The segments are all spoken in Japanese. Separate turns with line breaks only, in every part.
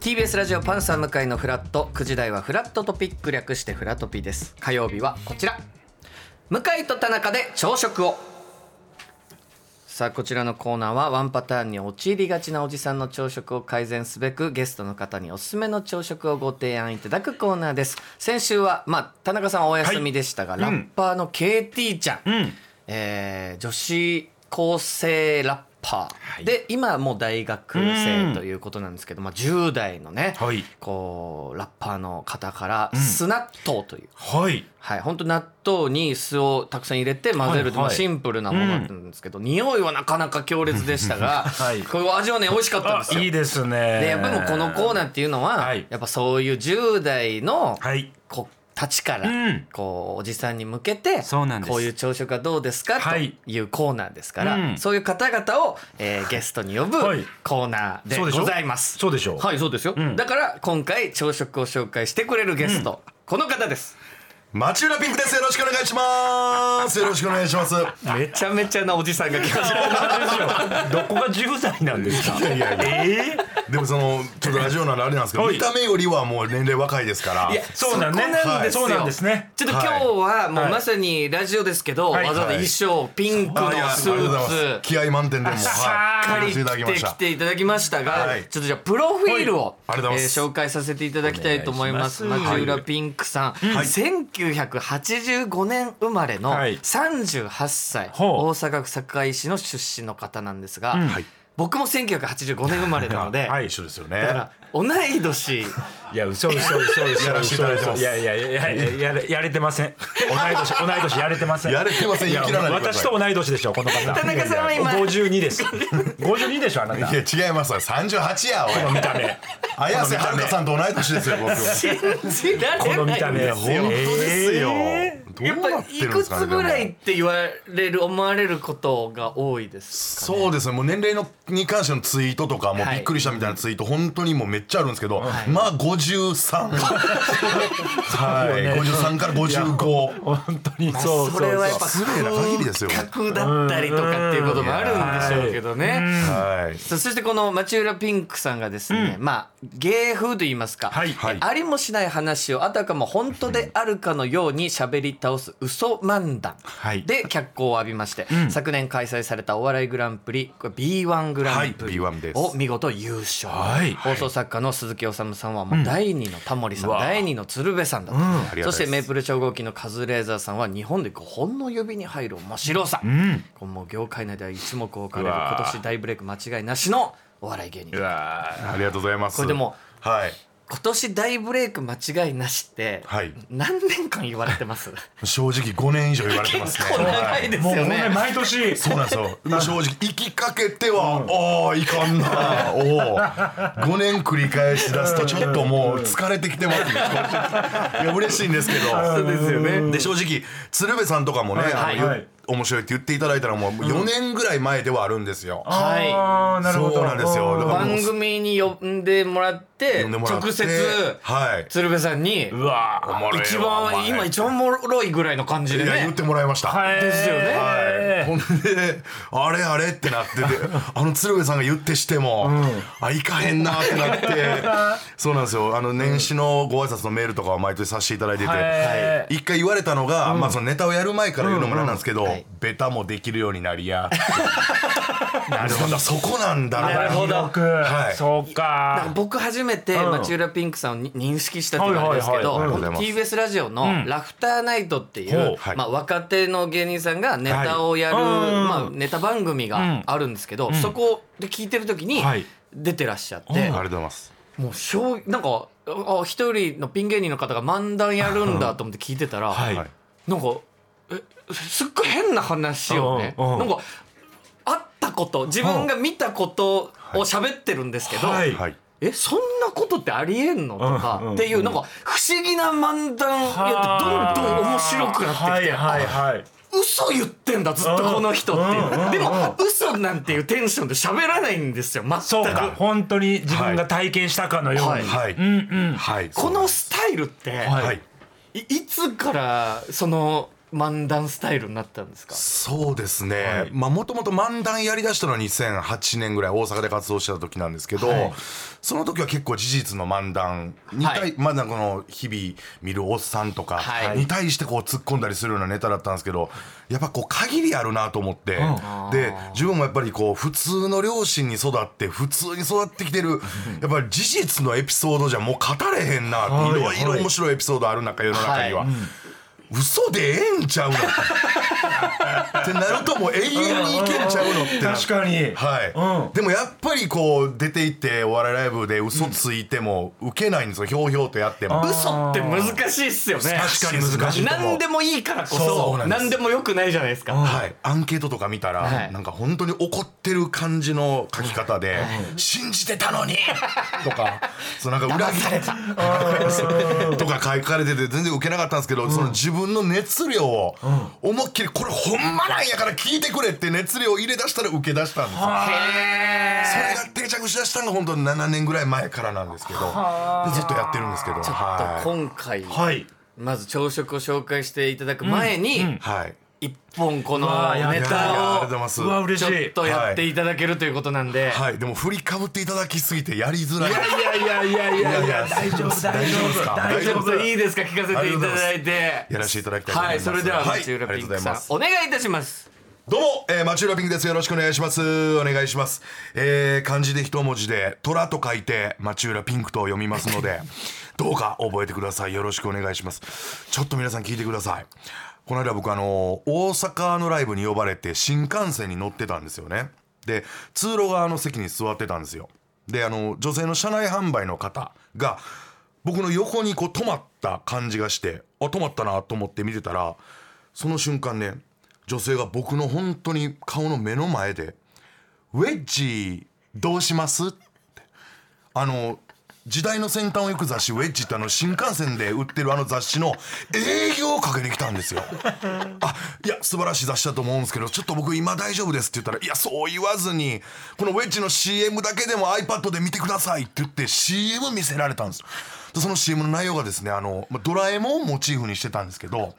TBS ラジオパンサー向井のフラット9時台はフラットトピック略してフラトピです火曜日はこちら向井と田中で朝食をさあこちらのコーナーはワンパターンに陥りがちなおじさんの朝食を改善すべくゲストの方におすすめの朝食をご提案いただくコーナーです先週はまあ田中さんはお休みでしたが、
い
ラッパーの KT ちゃん、
うん
えー女子高生ラッパーで、今はもう大学生ということなんですけど、まあ、10代のね、
はい
こうラッパーの方からスナットという、
はい
はい、本当納豆に酢をたくさん入れて混ぜると、
は
ま
いはい
あシンプルなものだったんですけど、匂いはなかなか強烈でしたが、
はい
これ味はね美味しかったん
あ
ですよ。
いいですね
でやっぱりもうこのコーナーっていうのは、
はい
やっぱそういう10代の
はい
子たちか
う
ら
ん
こうおじさんに向けて
そうなんです
こういう朝食はどうですかと
はい
いうコーナーですから、
うん
そういう方々を、えーゲストに呼ぶ
はい
コーナーで
そうでしょ
ございます。
そうでしょう
はいそうですよ、
ん
だから今回朝食を紹介してくれるゲスト、この方です。
町浦ピンクですよろしくお願いしますよろしくお願いしますい
めちゃめちゃなおじさんが来ました。
どこが10代なんですか
やいや
え
でもそのちょっとラジオなんであれなんですけど
はい
見た目よりはもう年齢若いですから
いや
ー、そうなんね
そこなんですよ
そうなんですね
ちょっと今日はもうまさにラジオですけど、
はい
わざわざ衣装ピンクの
あいや
ス
ありがとう
ー
ございま
ツ。
す気合満点でもうはい
しっかり
いただきま
来て
し
来
た
ていただきましたが、
は
ち
い
ょっとじゃあプロフィールを、
はいありがとうございます
えー紹介させていただきたいと思います
お願いします
町浦ピンクさん、1985年生まれの
はい
38歳、
ほう
大阪府堺市の出身の方なんですが、
ん
はい
僕も1985年生まれなので、
はい
一緒ですよ
だから
ね
同い 年
いや嘘嘘嘘嘘
やらせていただいてます
いやいやいやいやいやややれてません同い年同い年やれてません
やれてません
いや
言い切らないでくださ
私
い
と同い年でしょこの方
田中さんは今
52です52でしょあなた
いや違いますわ38や
この
おい
見た目
綾瀬はるかさんと同い年ですよ僕
信じられない
この見た目
やっ
本当ですよ
え
どうな
ぱ
って
い
るんで
く
す
つ
かねで
ぐ
も
らいって言われる思われることが多いですかね
そうですねもう年齢のに関してのツイートとかもう
はい
びっくりしたみたいなツイート本当にもうめっちゃあるんですけど、
はい
まあ53はい、
よね
53から55
ー本当に
まあ
そうそう
れはやっ
そう
ぱ
失礼な限りですよ
風格だったりとかっていうこともあるんでしょうけどね。
はい
さあそしてこの町浦ピンクさんがですね、まあ芸風と言いますか、
はいはい
えありもしない話をあたかも本当であるかのように喋り倒す嘘漫談
はい
で脚光を浴びまして、昨年開催されたお笑いグランプリこれ B1 グランプリ
はい B1 です
を見事優勝、
はい
放送作家の鈴木おさむさんはもう第2のタモリさん、
うわ
第2の鶴瓶さんだと、
りがたいです
そしてメープル超合金のカズレーザーさんは日本で5本の指に入る面白さ、これもう業界内では一目置かれる
うわ
今年大ブレイク間違いなしのお笑い芸人
うわー
ありがとうございます
これでも
はい
今年大ブレイク間違いなしって
はい
何年間言われてます
正直5年以上言われ てますね
結構長いですよね
もうこれ毎年
そうなん ですよ正直行きかけては、ああいかんなおお5年繰り返し出すとちょっともう疲れてき てます、ね、いや嬉しいんですけど
そうですよね
で正直鶴瓶さんとかもね、
はい
あの
はい
ゆ面白いって言っていただいたらもう4年ぐらい前ではあるんですよ、
はい
あーなるほど
そうなんですよだから
番組に呼んでもらって
呼んでもらって
直接
はい
鶴瓶さんに
うわー
おもろいわ
一
お
番
前
今一番おもろいぐらいの感じで
いや言っ
ね
てもらいました、
はい
ですよね
はい、
はい
ほんであれあれってなっててあの鶴瓶さんが言ってしても、あいかへんなってなってそうなんですよあの年始のご挨拶のメールとかは毎年させていただいてて、
はい
一回言われたのが、まあ、そのネタをやる前から言うのもなんなんですけど、
はい
ベタもできるようになりやなるほどそこなんだろう
なるほど
よく
はい
そう
だから
か
僕初めて
うん
町浦ピンクさんをに認識したっていうのはあれですけど
はい
はいはいありがとうござい
TBS ラジオの「ラフターナイト」ってい
ほ
う
う
はい
まあ若手の芸人さんがネタをやる
はいうん
まあネタ番組があるんですけどそこで聞いてる時に
はい
出てらっしゃっ
あり
て
がとうございます
もうしょうなんかあ一人のピン芸人の方が漫談やるんだと思って聞いてたら
はい
はい
なんかえすっごい変な話をね
うんうん
なんか会ったこと自分が見たことを喋ってるんですけど。
はい
はい
えそんなことってありえんのと
うんうんう
か
ん
っていうなんか不思議な漫談やってどんどん面白くなってきて、
はいはいはい
嘘言ってんだずっとこの人っていう、
うんうん
でも嘘なんていうテンションで喋らないんですよ
そ
全
う
く
か本当に自分が体験したかのように、
はい
はい、
うんうん
はい
このスタイルって、
はい
はい
いいつからその漫談スタイルになったんですか
そうですね、
はい
まあもともと漫談やりだしたのは2008年ぐらい大阪で活動してた時なんですけど、
はい
その時は結構事実の漫談に対、
はい
まだこの日々見るおっさんとか
はい
に対してこう突っ込んだりするようなネタだったんですけどやっぱこう限りあるなと思って、
う
で自分もやっぱりこう普通の両親に育って普通に育ってきてるやっぱり事実のエピソードじゃもう語れへんなっていろいろ面白いエピソードある中世の中には。
はい
嘘でええんちゃうのってなるともう永遠にいけんちゃうのってな
確かに
はい、
うん
でもやっぱりこう出ていってお笑いライブで嘘ついても受けないんですよ、ひょうひょうとやっても
あー
嘘って難しいっすよね
確かに難しいと思う
何でもいいからこ
そ
そう
なんです
何でもよくないじゃないですか
はい、アンケートとか見たら、
はい
なんか本当に怒ってる感じの書き方で「信じてたのに!」とか「そうなんか裏切られた!」 とか書かれてて全然受けなかったんですけど、その自分の熱量を思いっきり「これほんまなんやから聞いてくれ!」って熱量を入れ出したら受け出したんですよ。
へ
それ
え
が定着しだしたのが本当に7年ぐらい前からなんですけどでずっとやってるんですけどは
今回
はい
まず朝食を紹介していただく前に
い、はい、
一本こ
う
の
わやった
ネ
いやいやありがと
タ
うございます
うわ
を
嬉
ち
し
ょ
い
っとやっていただけるということなんで
はい、でも振りかぶっていただきすぎてやりづらい
いやいやいやいやいや大丈夫大丈夫
大
ち
丈
ょ
夫
っといいですか聞かせていただいて
やらせていただきたいと思
は
いま
い
す
それでは
はい
町浦ピンク
ありがとうござ
さ
い
ん
ます
お願いいたします
どうも、えー、町浦ピンクです。よろしくお願いします。お願いします。えー、漢字で一文字で、虎と書いて、町浦ピンクと読みますので、どうか覚えてください。よろしくお願いします。ちょっと皆さん聞いてください。この間僕、あのー大阪のライブに呼ばれて、新幹線に乗ってたんですよね。で、通路側の席に座ってたんですよ。で、あの女性の車内販売の方が、僕の横にこう止まった感じがして、あ、止まったなと思って見てたら、その瞬間ね女性が僕の本当に顔の目の前で「ウェッジどうします?」ってあの時代の先端を行く雑誌「ウェッジ」ってあの新幹線で売ってるあの雑誌の営業をかけに来たんですよ。あいや素晴らしい雑誌だと思うんですけどちょっと僕今大丈夫ですって言ったら「いやそう言わずにこのウェッジの CM だけでも iPad で見てください」って言って CM 見せられたんですよでその CM の内容がですねあのまあドラえもんをモチーフにしてたんですけど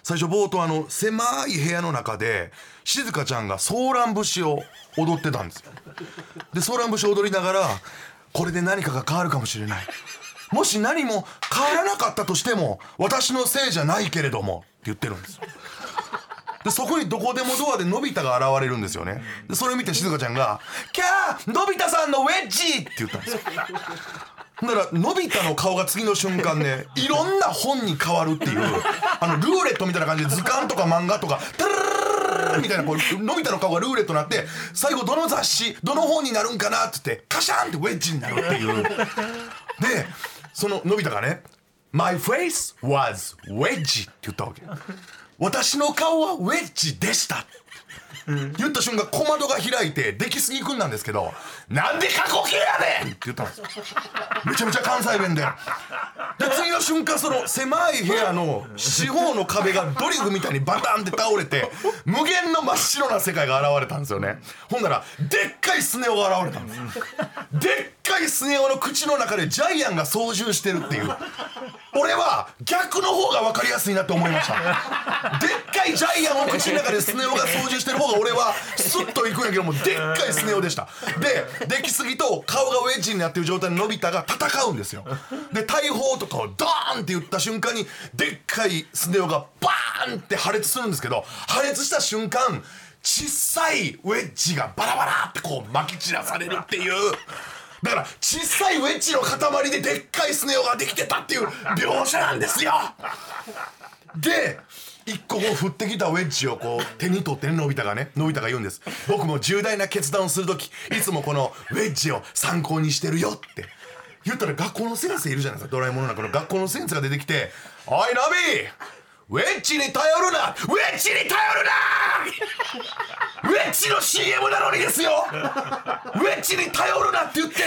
最初冒頭あの狭い部屋の中で静香ちゃんが「ソーラン節」を踊ってたんですよでソーラン節を踊りながらこれで何かが変わるかもしれないもし何も変わらなかったとしても私のせいじゃないけれどもって言ってるんですよでそこにどこでもドアでのび太が現れるんですよねでそれを見て静香ちゃんが「キャーのび太さんのウェッジ!」って言ったんですよだからのび太の顔が次の瞬間ねいろんな本に変わるっていうあのルーレットみたいな感じで図鑑とか漫画とかタララララみたいなこうのび太の顔がルーレットになって最後どの雑誌どの本になるんかなって言ってカシャンってウェッジになるっていうでそののび太がね「My face was wedge」って言ったわけ私の顔はウェッジでした言った瞬間小窓が開いて出来すぎくんなんですけど「なんで過去形やねん!」って言ったんですよめちゃめちゃ関西弁でで次の瞬間その狭い部屋の四方の壁がドリフみたいにバタンって倒れて無限の真っ白な世界が現れたんですよねほんならでっかいスネ夫が現れたんですよでっかいスネ夫の口の中でジャイアンが操縦してるっていう俺は逆の方が分かりやすいなって思いましたでっかいジャイアンを口の中でスネ夫が操縦してる方が俺はスッといくんやけどもでっかいスネ夫でしたで出来すぎと顔がウェッジになってる状態ののび太が戦うんですよで大砲とかをドーンって言った瞬間にでっかいスネ夫がバーンって破裂するんですけど破裂した瞬間小さいウェッジがバラバラってこう撒き散らされるっていうだから小さいウェッジの塊ででっかいスネ夫ができてたっていう描写なんですよで一個こう振ってきたウェッジをこう手に取ってねのび太がねのび太が言うんです僕も重大な決断をする時いつもこのウェッジを参考にしてるよって言ったら学校の先生いるじゃないですかドラえもんの中の学校の先生が出てきて「おいナビウェッジに頼るなウェッジに頼るなウェッジの CM なのに ですよウェッジに頼るなって言って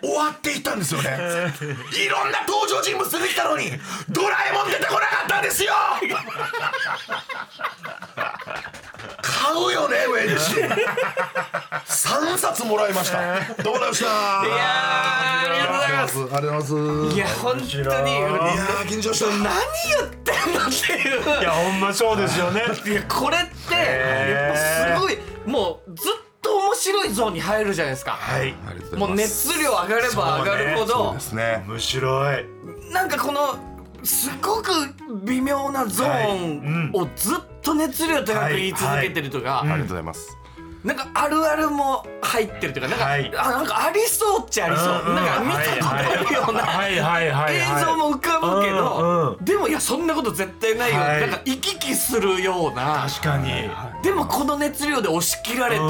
終わっていったんですよねいろんな登場人物出てきたのにドラえもん出てこなかったんですよ買うよねウェッジ最3冊もらいましたどうでしたい
いやーありがとうございます
すありがとうございます
いや本当に
面白
いやー緊張した
何言ってんのっていう
いやほんまそうですよね
いやこれってやっぱすごいもうずっと面白いゾーンに入るじゃないですか、
はい
ありがとう
も
ござ
う
います
熱量上がれば上がるほ
そう
ど、
ですね
面白い
なんかこのすごく微妙なゾーンをずっと熱量高く言い続けてるとか、
ありがとうございます
なんかあるあるも入ってるというかなんか,、
はい
あなんかありそうっちゃありそう、
うんうん
なんか見たことあるような、
はいはいはいはい
映像も浮かぶけど、
うんうん
でもいやそんなこと絶対ないよ、
はい
なんか行き来するような
確かに
でもこの熱量で押し切られて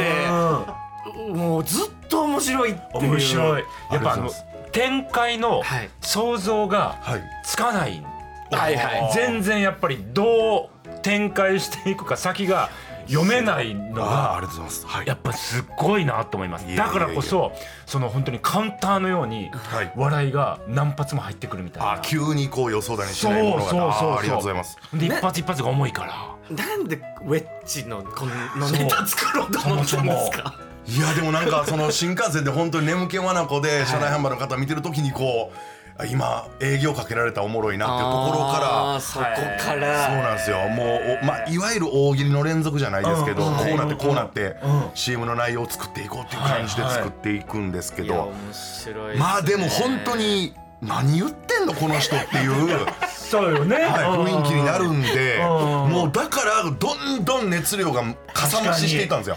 もうずっと面白いっていう
面白いやっぱあ
ありがとうご
の
ざい
展開の
はい
想像が
はい
つかない
はいはい
全然やっぱりどう展開していくか先が読めないの
あー
が
ありがとうございますはい
やっぱすっごいなと思いま
い
す
やいやい
だ
や
からこそその本当にカウンターのように
はい
笑いが何発も入ってくるみたい
あ
な
急にこう予想だにしないものが
そう
な
そうそうそう
あーありがとうございます
で一
ね
発一発が重いから
なんでウェッジのこの
そう
ネタ作ろうと思ったんですか
いやでもなんかその新幹線で本当に眠気まなこで車内販売の方見てる時にこうあ今営業かけられたらおもろいなっていうところ
あー
か
そこから、
らそうなんですよもうおまあいわゆる大喜利の連続じゃないですけど
う
こ
んうん
うなってこうなって
うん
CM の内容を作っていこうっていう感じで作っていくんですけ
いや
ど
面白いすね
まあでも本当に何言ってんのこの人っていう。
そうよね
はい、雰囲気になるんで
うん
もうだからどんどん熱量がかさ増ししていったんですよ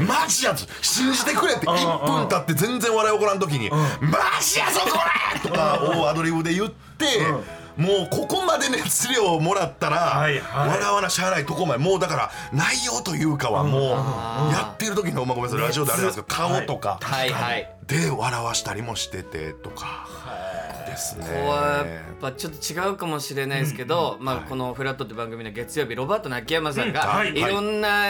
マジやつ信じてくれって
ん
1分経って全然笑い起こらん時に「マジやぞこれ!」とかをアドリブで言って。もうここまで熱量をもらったら、
はいはい
笑わなしゃあないとこまでもうだから内容というかはもうやってる時の、まあ、ごめんなさいラジオであれなんですけど顔とか
はいはい
で笑わしたりもしててとかですね。
ここはやっぱちょっと違うかもしれないですけど、まあ、この「フラット」って番組の月曜日ロバートの秋山さんが、
うんはいい
ろんな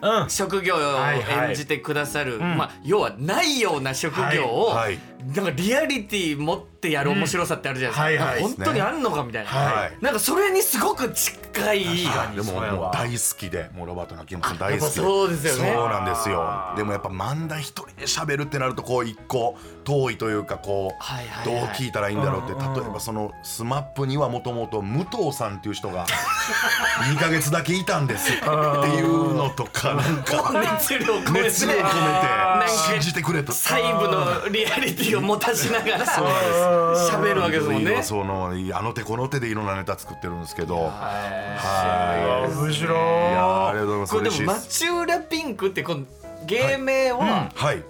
うん
職業を
はいはい
演じてくださる、
ん
まあ、要はないような職業を、
はいはい
なんかリアリティ持ってやる面白さってあるじゃないですか,、
うんはいはい
本当にあんのかみたいな、
はい
なんかそれにすごく近い
でも
そうやわ
もう大好きでもうロバートの秋山さん大
やっ
好
ぱ
き
そうですよね
そうなんですよでもやっぱ漫談一人で喋るってなるとこう一個遠いというかこう、
はいはいはい
どう聞いたらいいんだろうって
うんうんうん
例えばその SMAP にはもともと武藤さんっていう 人が2ヶ月だけいたんですっていうのとかなんか
熱量を込めて
熱量込
なん
め
か
て信じてくれと。
細部のリアリティを持たしながら喋るわけですもんね。
そのあの手この手でいろんなネタ作ってるんですけどはい
面
いやーあ
白
りがとうございます
これ
嬉
で
し
も
いです
町浦ピンクってこの芸名は
はい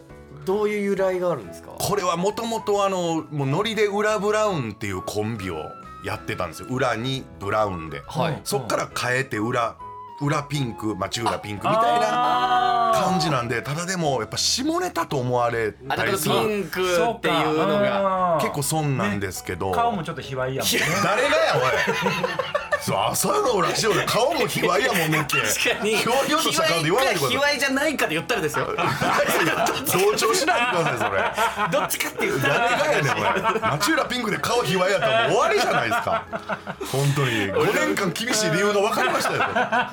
どういう由来があるんですか、
これはもともとあのもうノリでウラブラウンっていうコンビをやってたんですよ裏にブラウンで、
はい
そっから変えて裏裏ピンク町浦ピンクみたいな感じなんでただでもやっぱ下ネタと思われ
あだ
た
か
り
ら
す
ピ
る
ンクっていうのが
結構損なんですけど、
顔もちょっと卑猥やもんね
誰がやおいそう朝のラジオで顔も卑猥やもんねんけ
確かに
ひょうひょうとした顔で言わないでくだ
卑
さい
猥じゃないかで言ったらです よ
同調しないでくださいそれ
どっちかって言った
誰
ら
がやねんお前町浦ピンクで顔卑猥やったらもう終わりじゃないですか本当に5年間厳しい理由が分かりました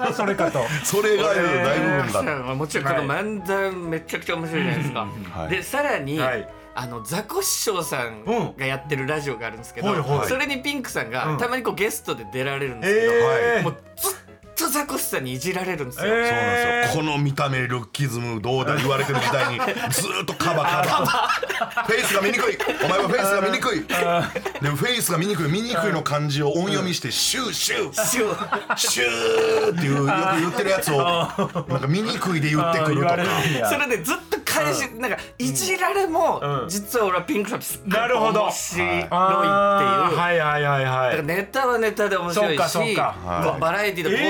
よ
それかと
それが大部分だ
もちろんこの漫談めちゃくちゃ面白いじゃないですか、
はい
でさらに、
はい
あのザコシショウさんがやってるラジオがあるんですけど、
うんはいはい
それにピンクさんが、
うん
たまにこうゲストで出られるんですけど、
え
ー
もうずっとザコシさんにいじられるんですよ、
えー
そうなんですよこの見た目ルッキズムどうだ言われてる時代にずーっとカバカバフェイスが見にくいお前はフェイスが見にくいでもフェイスが見にくい見にくいの漢字を音読みしてシューシュー
シュ
シューっていうよく言ってるやつをなんか見にくいで言ってくるとか
それでずっと返し、なんかいじられも、
うん
実は俺はピンクさんすっごい
なるほど
面白いっていう、
あーはいはいはい
だから
は
ネタはネタで面白いし
そうかそうか
はい
バラエティでこう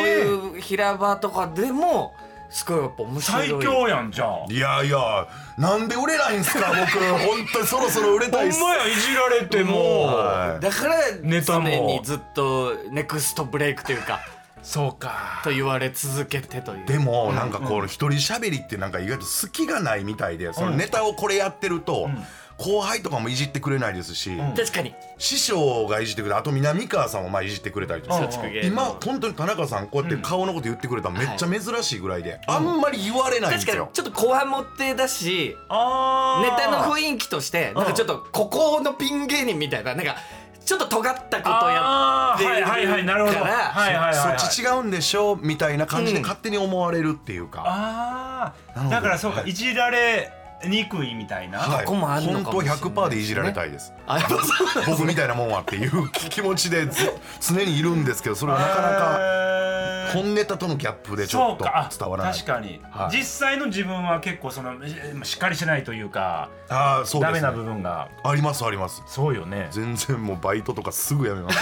いう平場とかでもすごいやっぱ面
い
白い
最強やんじゃあ
いやいやなんで売れないんすか 僕本当にそろそろ売れた
ほ
い
ん
っす
まやいじられても
は
だから
ネタ
常
も
にずっとネクストブレイクというか
そうか
と言われ続けてという
いでもなんかこう一人喋りってなんか意外と隙がないみたいでそのネタをこれやってると後輩とかもいじってくれないですし、
確かに
師匠がいじってくれたあと南川さんもまあいじってくれたりとか、
松竹
今本当に田中さんこうやって顔のこと言ってくれたのめっちゃ珍しいぐらいで、あんまり言われないんで
確
す
かに
よ。
ちょっと後半持ってだし
あ
ネ
ー
タの雰囲気としてなんかちょっとここのピン芸人みたいななんかちょっと尖ったことや
あ
って
ー
る
はいはいはいなるほど
から
はいはいはいはい
そっち違うんでしょみたいな感じで勝手に思われるっていうか、
あ
なの
あ
で
だからそうかいじられにくいみたいな、
はい、
こもあるのかもしれない
本当100%でいじられたいです
あやっぱそう
僕みたいなもんはっていう気持ちでず常にいるんですけどそれはなかなか
へー
本ネタとのギャップでち
そ
ょっ
う
と
かあ
伝わらない
確かに、
はい
実際の自分は結構そのえしっかりしてないというか
ああそう
ダ
で
メ
す、
な
ね、
部分が
ありますあります
そうよね
全然もうバイトとかすぐやめます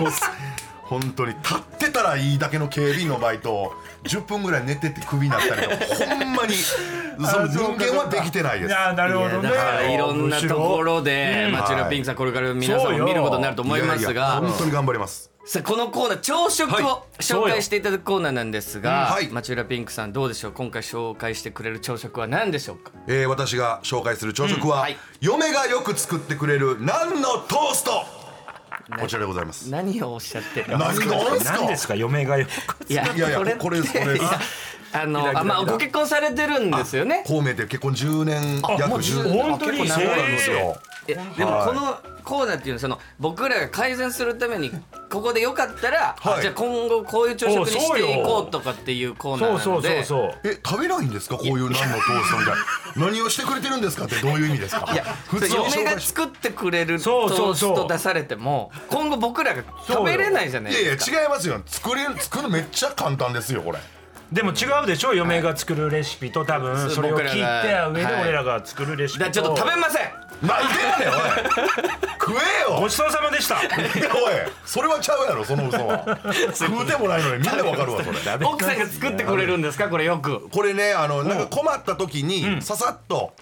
もうす本当に立ってたらいいだけの警備員のバイトを10分ぐらい寝ててクビになったりとか ほんまにその人間はできてないです
あーなるほどね
いやだからいろんなところで
うん
マチュラピンクさんこれから皆さんも見ることになると思います
いやいや
が
本当に頑張ります
さあこのコーナー朝食を紹
そうよ
介していただくコーナーなんですが、
うんはい
町浦ピンクさんどうでしょう今回紹介してくれる朝食は何でしょうか
えー私が紹介する朝食は、
うんはい
嫁がよく作ってくれる何のトーストこちらでございます
何をおっしゃってる
何が何すか
何ですか嫁がよく
いや
いやいや
これって
これですこれです
いやあの
キラキラキラ
あまあご結婚されてるんですよね
孔明って結婚10年約
もう
10
10
年
年
本当に
結
そ
構
う
長い
なんです
へ
よ
いやでもこのコーナーっていうのはその僕らが改善するためにここでよかったら、
はい
じゃあ今後こういう朝食にしていこうとかっていうコーナーな
そ
の
う
で
そうそうそう
え食べないんですかこういう何のトーストみたいな何をしてくれてるんですかってどういう意味ですか
いや
普通
嫁が
し
作ってくれる
そ
ト
うそう
ー
そう
スト出されても今後僕らが食べれないじゃない
い
で
やいや
すか
違いますよ作れ作るのめっちゃ簡単ですよこれ
でも違うでしょ嫁が作るレシピと多分それを
僕らが
切った上で
はい
俺らが作るレシ
だか
ピ
らちょっと食べません
なんでやねんおい食えよ
ごちそうさまでした
いやおいそれはちゃうやろその 嘘は食うてもないのにみんなわかるわそれ
奥さんが作ってくれるんですかこれよく
これねあのなんか困った時にささっと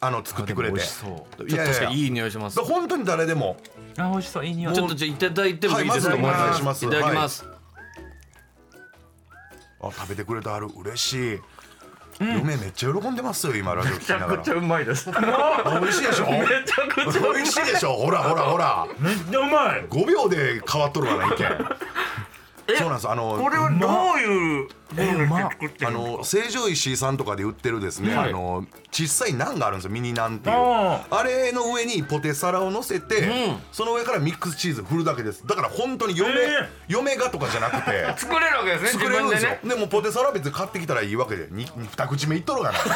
あの作ってくれて
あでも美
いやいや
確かに
い
いい匂いします
や本当に誰でも
あ美味しそういい匂
ちょっとじゃあいただいてもいいですか、
はいまずお願いします
いただきます、
あ食べてくれたある嬉しい嫁めっちゃ喜んでますよ今ラジオ聞きながら
うまい です
美味しいでし
ちゃ
ょ
く
美味しいでしょほらほらほら
めっちゃうまい
5秒で変わっとるわな意見そうなんですあの
れはどういう
うま
あの成城石井さんとかで売ってるですね、
はい
あの小さいナンがあるんですよミニナンっていう
あ
あれの上にポテサラを乗せて、その上からミックスチーズ振るだけですだから本当に嫁,、
えー
嫁がとかじゃなくて
作れるわけですね
作
自
れる
分
んで
です
よ
ね
でもポテサラは別に買ってきたらいいわけで 2, 口目いっとる がな田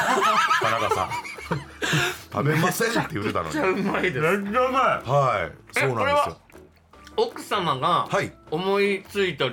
中さん食べませんって言ってたのに
うまいです
めっちゃうま
はいそうなんですよ
奥様が
はい
思いついた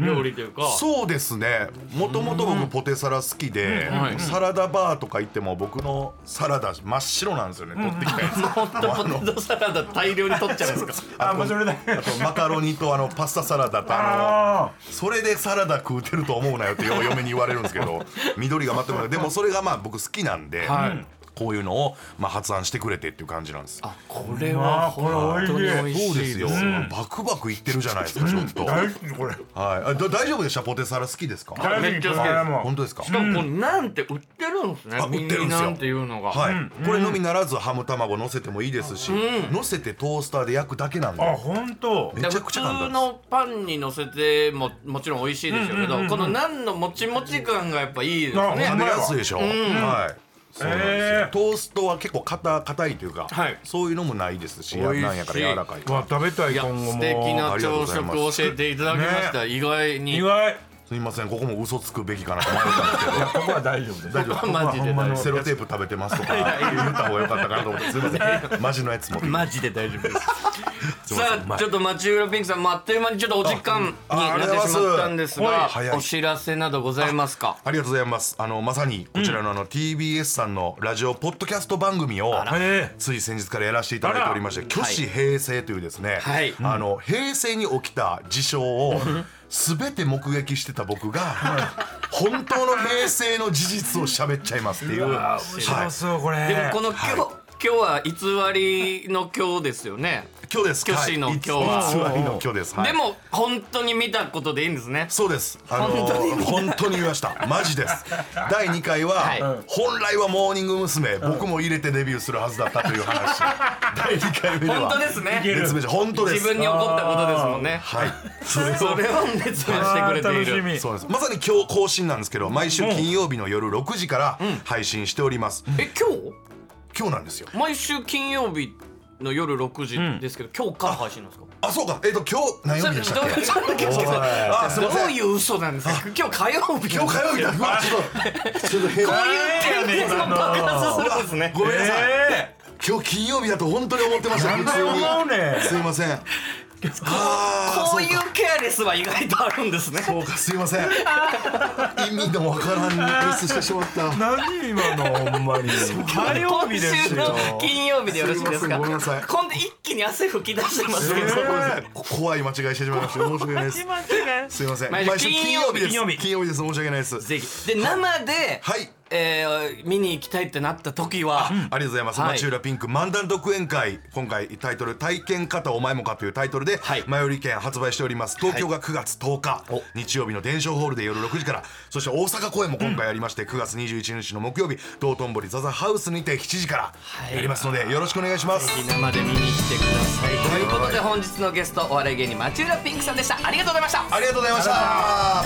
料理というか、
そうですねもともと僕ポテサラ好きで、
うんはい
サラダバーとか行っても僕のサラダ真っ白なんですよね取ってきたやつ、
ホットポテトサラダ大量に取っちゃうんですか
いあもうそれだけ
あとマカロニとあのパスタサラダとあ
あ
のそれでサラダ食うてると思うなよってよう嫁に言われるんですけど緑が待ってもらうでもそれがまあ僕好きなんで、
はい
こういうのをまあ発案してくれてっていう感じなんです
あこれ
ま
は
あこれ
本当に美味しい
そうですよ、
ん
バクバクいってるじゃないですかちょっ と、
ー
はい
大好きこれ
あだ大丈夫でしたポテサラ好きですか
大好
めっ
き
ちゃ
こ
好きです
れも
本当ですか
しかもこれなんて売ってるんですね、
あ
ミニ
売ってるんですよ
なんていうのが、
はい、
うん
これのみならずハム卵乗せてもいいですし、乗せてトースターで焼くだけなんで
あ本当
めちゃくちゃ簡
普通
単です
のパンに乗せてももちろん美味しいでしょうけど、このナンのもちもち感がやっぱいいです
あ
ね
ほんま
食べ
や
や
わ
すいでしょ、はいそうなんですよ、
えー
トーストは結構硬硬いというか、
はい
そういうのもないですし
美味しい
なんやから柔らかいう
わ食べたい
いや
今後も
素敵な
ありがとうご
朝
ざい
食
ま
を
す
教えていただきました、意外に
意外
すみませんここも嘘つくべき かなと思ったんですけ
いやここは大丈夫です
大丈夫
ここはマジで大丈夫
ほんまの
どセロテープ食べてますとか言った方が良かったかなと思ってすみませんマジのやつも
マジで大丈夫です さ
すいませんうま
あ
い
ちょっと町浦ピンクさんもあっという間にちょっとお時間に
あああ
な
り
っ
がとうご
てし
ざいます
まったんです
は
が
い早い
お知らせなどございますか
ありがとうございますあのまさにこちらのあの TBS さんのラジオポッドキャスト番組を
へ
つい先日からやらせていただいておりまして「虚子平成」というですね、
はい
あの平成に起きた事象を全て目撃してた僕が本当の平成の事実を喋っちゃいますっていう
え
は
面白そうこれ
でもこの今日、今日は偽りの今日ですよね
い今日です
虚子の
はい
今日は
偽りの今日です、は
で
い
も本当に見たことでいいんですね
そうです。あの本当に言いました。マジです。第2回は、
はい
本来はモーニング娘。僕も入れてデビューするはずだったという話。第2回目では。
本当ですね
いける
別名じゃ本当です。
自分に起こったことですもんね
はい。それ
そ
を。
れを熱弁してくれてい
あー楽
る
しみ
そうなんですまさに今日更新なんですけど毎週金曜日の夜6時から配信しております、
え今
今日なんですよ
日毎週金曜日の夜6時ですけど、今日から配信なんですか
あそうかえっ、と今日何曜日でしたっけ
それどういう
おいあすい
ど
ません
ういう嘘なんですか今日火曜日
今日火曜日だうわ ちょっとちょっと変な
こういう天然の爆発するんですね
ごめんなさい、
え
今日金曜日だと本当に思ってました
ー、
普
な
通
んで思う
に
ねん
すいませんああ
こういうケアレスは意外とあるんですね
そうかすいません意味のわからんミスしてしまった
何今のほんまに火曜日ですよ
今週の金曜日でよろしいです
すいませ
か
んごめんなさい
今度一気に汗吹き出してますけど
ごめんなさい怖い間違いしてしまいました申し訳ないですすいません
毎
毎
週
週金曜日です
金曜日
金曜日です申し訳ないです
ぜひで生で、
はい
えー見に行きたいってなった時は、
ありがとうございます、
はい
町浦ピンク漫談独演会今回タイトル「体験方お前もか」というタイトルで
はい
前売り券発売しております東京が9月10日、
お
日曜日の伝承ホールで夜6時からそして大阪公演も今回やりまして、9月21日の木曜日道頓堀ザザハウスにて7時から
はい
やりますのでよろしくお願いします、
ぜひ生で見に来てくださいということで本日のゲストお笑い芸人町浦ピンクさんでしたありがとうございました
ありがとうございました